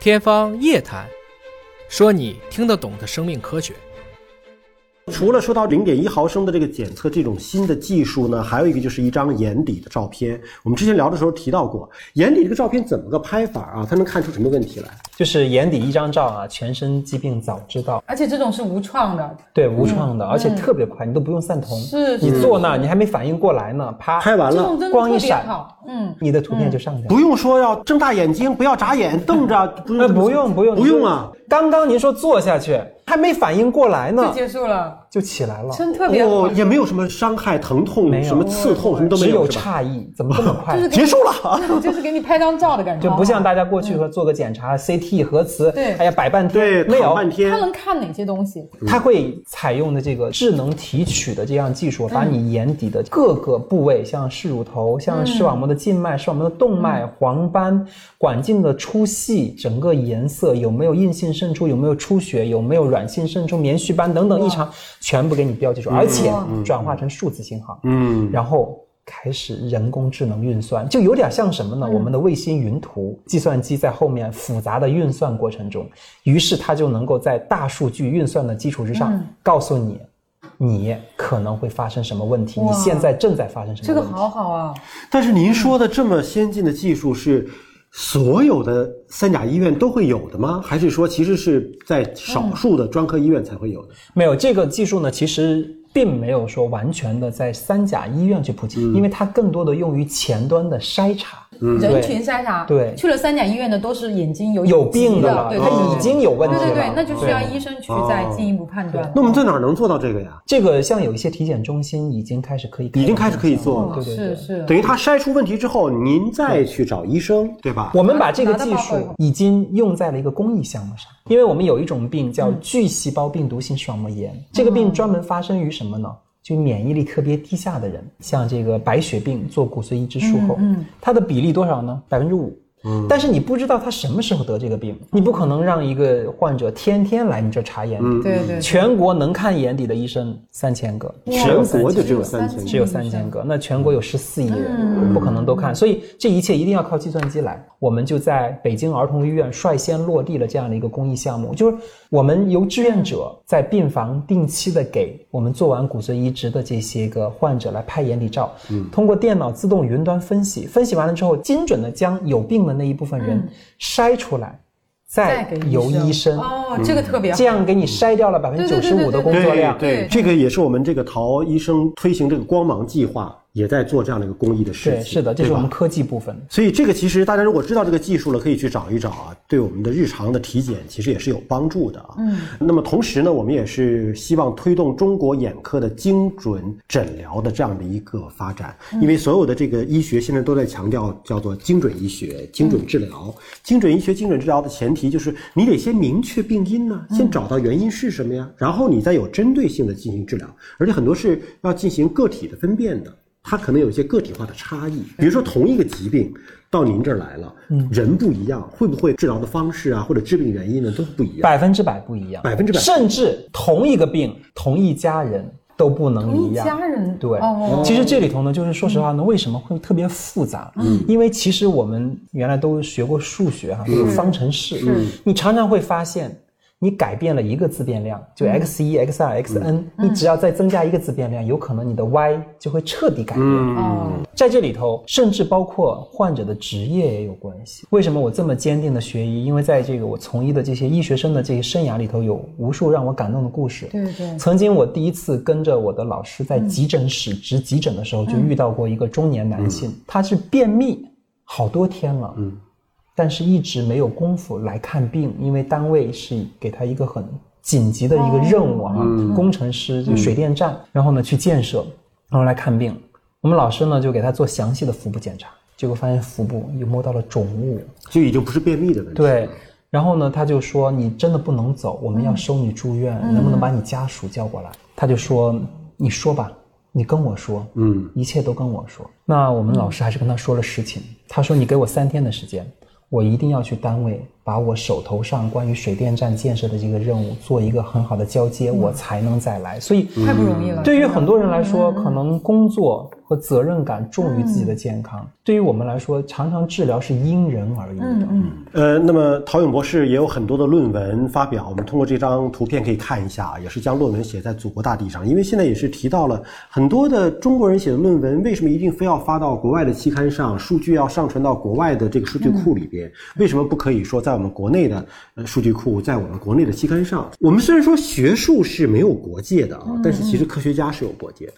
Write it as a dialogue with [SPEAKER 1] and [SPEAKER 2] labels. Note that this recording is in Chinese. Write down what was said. [SPEAKER 1] 天方夜谭，说你听得懂的生命科学。
[SPEAKER 2] 除了说到零点一毫升的这个检测这种新的技术呢，还有一个就是一张眼底的照片。我们之前聊的时候提到过，眼底这个照片怎么个拍法啊？它能看出什么问题来？
[SPEAKER 3] 就是眼底一张照啊，全身疾病早知道。
[SPEAKER 4] 而且这种是无创的，
[SPEAKER 3] 对，无创的，而且特别快，你都不用散瞳。
[SPEAKER 4] 嗯是
[SPEAKER 3] 嗯
[SPEAKER 4] 嗯
[SPEAKER 3] 你坐那，你还没反应过来呢，啪，
[SPEAKER 2] 拍完
[SPEAKER 4] 这
[SPEAKER 2] 了
[SPEAKER 4] 种，真的
[SPEAKER 3] 光一
[SPEAKER 4] 特别
[SPEAKER 3] 闪
[SPEAKER 4] 好。嗯，
[SPEAKER 3] 你的图片就上去了。
[SPEAKER 2] 不用说要睁大眼睛，不要眨眼，瞪着，不
[SPEAKER 3] 呃，不用不用
[SPEAKER 2] 嗯不用啊！！
[SPEAKER 3] 刚刚您说坐下去，还没反应过来
[SPEAKER 4] 就
[SPEAKER 3] 呢，
[SPEAKER 4] 结束了，
[SPEAKER 3] 就起来了，
[SPEAKER 4] 真特别
[SPEAKER 3] 哦
[SPEAKER 4] 好。
[SPEAKER 2] 也没有什么伤害、疼痛、
[SPEAKER 3] 没有
[SPEAKER 2] 什么刺痛，什么都没
[SPEAKER 3] 只有
[SPEAKER 2] 是吧？
[SPEAKER 3] 诧异，怎么 这么快
[SPEAKER 4] 就？是给
[SPEAKER 2] 结束了。
[SPEAKER 4] 你 就是给你拍张照的感觉，
[SPEAKER 3] 就不像大家过去说做个检查，CT 核磁，
[SPEAKER 4] 嗯对
[SPEAKER 3] 哎呀摆半
[SPEAKER 2] 对，
[SPEAKER 3] 天，没
[SPEAKER 2] 躺
[SPEAKER 3] 有，
[SPEAKER 2] 半
[SPEAKER 4] 啊他
[SPEAKER 2] 天，
[SPEAKER 4] 能看哪些东西？
[SPEAKER 3] 它会采用的这个智能提取的这样技术，把你眼底的各个部位，像视乳头、像视网膜的静脉、视网膜的动脉、黄斑、管径的粗细、整个颜色有没有硬性渗出、有没有出血、有没有软性渗出、棉絮斑等等异常，全部给你标记出来，而且转化成数字信号，
[SPEAKER 2] 嗯，
[SPEAKER 3] 然后。开始人工智能运算，就有点像什么呢？我们
[SPEAKER 4] 嗯
[SPEAKER 3] 的卫星云图，计算机在后面复杂的运算过程中，于是它就能够在大数据运算的基础之
[SPEAKER 4] 嗯
[SPEAKER 3] 上，告诉你，你可能会发生什么问题，
[SPEAKER 4] 哇
[SPEAKER 3] 你现在正在发生什么
[SPEAKER 4] 这个
[SPEAKER 3] 问题。
[SPEAKER 4] 好好啊，
[SPEAKER 2] 但是您说的这么先进的技术是所有的三甲医院都会有的吗？还是说其实是在少数的专科医院才会有的？
[SPEAKER 3] 没有这个技术呢，其实并没有说完全的在三甲医院去普
[SPEAKER 2] 嗯
[SPEAKER 3] 及，因为它更多的用于前端的筛查。
[SPEAKER 4] 人群筛
[SPEAKER 3] 嗯
[SPEAKER 4] 查，
[SPEAKER 3] 对
[SPEAKER 4] 去了三甲医院的都是眼睛有
[SPEAKER 3] 有
[SPEAKER 4] 有
[SPEAKER 3] 病的了，
[SPEAKER 4] 对
[SPEAKER 3] 他
[SPEAKER 4] 对对
[SPEAKER 3] 已经有问题
[SPEAKER 4] 对
[SPEAKER 3] 了，
[SPEAKER 4] 对对，那就需要
[SPEAKER 3] 对哦
[SPEAKER 4] 医生去再进一步判断。
[SPEAKER 2] 那我们在哪儿能做到这个呀？
[SPEAKER 3] 这个像有一些体检中心已经开始可以，
[SPEAKER 2] 已经开始可以做了
[SPEAKER 3] 对对对
[SPEAKER 4] 哦是。是，
[SPEAKER 2] 等于他筛出问题之后，您再去找医生，对吧？
[SPEAKER 3] 我们把这个技
[SPEAKER 4] 拿到报
[SPEAKER 3] 术
[SPEAKER 4] 告以后
[SPEAKER 3] 已经用在了一个公益项目上，因为我们有一种病叫
[SPEAKER 4] 嗯
[SPEAKER 3] 巨细胞病毒性视网膜炎，这个病专门发生于什么呢？就免疫力特别低下的人，像这个白血病做骨髓移植术后，
[SPEAKER 4] 嗯嗯
[SPEAKER 3] 它的比例多少呢？百分之五。
[SPEAKER 2] 嗯
[SPEAKER 3] 但是你不知道他什么时候得这个病，你不可能让一个患者天天来你这查眼
[SPEAKER 2] 嗯
[SPEAKER 3] 底。
[SPEAKER 4] 对对对，
[SPEAKER 3] 全国能看眼底的医生三千个，
[SPEAKER 2] 全国就只有
[SPEAKER 4] 三
[SPEAKER 2] 三
[SPEAKER 4] 千
[SPEAKER 2] 千，
[SPEAKER 3] 只有三千个，那全国有十四亿
[SPEAKER 4] 嗯
[SPEAKER 3] 人，不可能都看，所以这一切一定要靠计算机来。我们就在北京儿童医院率先落地了这样的一个公益项目，就是我们由志愿者在病房定期的给我们做完骨髓移植的这些个患者来拍眼底照，
[SPEAKER 2] 嗯
[SPEAKER 3] 通过电脑自动云端分析，分析完了之后，精准的将有病的那一部分人筛出来，
[SPEAKER 4] 嗯再
[SPEAKER 3] 再
[SPEAKER 4] 给
[SPEAKER 3] 由医生，
[SPEAKER 4] 哦，这个特别好
[SPEAKER 3] 这。样给你筛掉了百分之九十五的工作量。
[SPEAKER 4] 对
[SPEAKER 2] 这个也是我们这个陶医生推行这个光芒计划，也在做这样的一个公益的事
[SPEAKER 3] 对，
[SPEAKER 2] 情。
[SPEAKER 3] 是的，这是
[SPEAKER 2] 对吧
[SPEAKER 3] 我们科技部分。
[SPEAKER 2] 所以这个其实大家如果知道这个技术了，可以去找一找啊，对我们的日常的体检其实也是有帮助的啊。嗯，那么同时呢，我们也是希望推动中国眼科的精准诊疗的这样的一个发展，因为所有的这个医学现在都在强调叫做精准医学、精准治疗。精准医学、精准治疗的前提就是你得先明确病因呢、先找到原因是什么呀，然后你再有针对性的进行治疗，而且很多是要进行个体的分辨的。它可能有一些个体化的差异。比如说，同一个疾病到您这儿来了，人不一样，会不会治疗的方式啊，或者治病原因呢，都不一样。
[SPEAKER 3] 百分之百不一样，
[SPEAKER 2] 百分之百
[SPEAKER 3] 甚至同一个病、同一家人都不能
[SPEAKER 4] 一
[SPEAKER 3] 一样。
[SPEAKER 4] 家人
[SPEAKER 3] 对，
[SPEAKER 4] 哦，
[SPEAKER 3] 其实这里头呢，就是说实话呢，为什么会特别复杂？嗯，因为其实我们原来都学过数学
[SPEAKER 2] 嗯
[SPEAKER 3] 哈、有方程式，你常常会发现，你改变了一个自变量，
[SPEAKER 4] 嗯
[SPEAKER 3] 就 x 一、x 二、x n，你
[SPEAKER 2] 嗯
[SPEAKER 3] 只要再增加一个自变量，有可能你的 y 就会彻底改变。
[SPEAKER 2] 嗯
[SPEAKER 4] 哦，
[SPEAKER 3] 在这里头，甚至包括患者的职业也有关系。为什么我这么坚定的学医？因为在这个我从医的这些医学生的这些生涯里头，有无数让我感动的故事。
[SPEAKER 4] 对对
[SPEAKER 3] 曾经我第一次跟着我的老师在急诊室值急诊的时候，就遇到过一个中年男
[SPEAKER 4] 嗯
[SPEAKER 3] 性，他是便秘好多天了，嗯，但是一直没有功夫来看病，因为单位是给他一个很紧急的一个任务啊，工程师就水电站，然后呢去建设，然后来看病。我们老师呢就给他做详细的腹部检查，结果发现腹部又摸到了肿物，
[SPEAKER 2] 就已经不是便秘的问题。，
[SPEAKER 3] 对。然后呢，他就说你真的不能走，我们要收你住院，能不能把你家属叫过来？他就说你说吧，你跟我说，
[SPEAKER 2] 嗯，
[SPEAKER 3] 一切都跟我说。那我们老师还是跟他说了实情，他说你给我三天的时间，我一定要去单位把我手头上关于水电站建设的这个任务做一个很
[SPEAKER 4] 嗯
[SPEAKER 3] 好的交接，我才能再来。所以
[SPEAKER 4] 太不容易了。
[SPEAKER 3] 对于很多人来说，可能工作和责任感重于自己的健康。对于我们来说，常常治疗是因人而异的。
[SPEAKER 4] 嗯嗯，
[SPEAKER 2] 呃，那么陶勇博士也有很多的论文发表，我们通过这张图片可以看一下，啊也是将论文写在祖国大地上。因为现在也是提到了很多的中国人写的论文，为什么一定非要发到国外的期刊上？数据要上传到国外的这个数据库里边，为什么不可以说在我们国内的呃数据库，在我们国内的期刊上？我们虽然说学术是没有国界的啊，但是其实科学家是有国界的。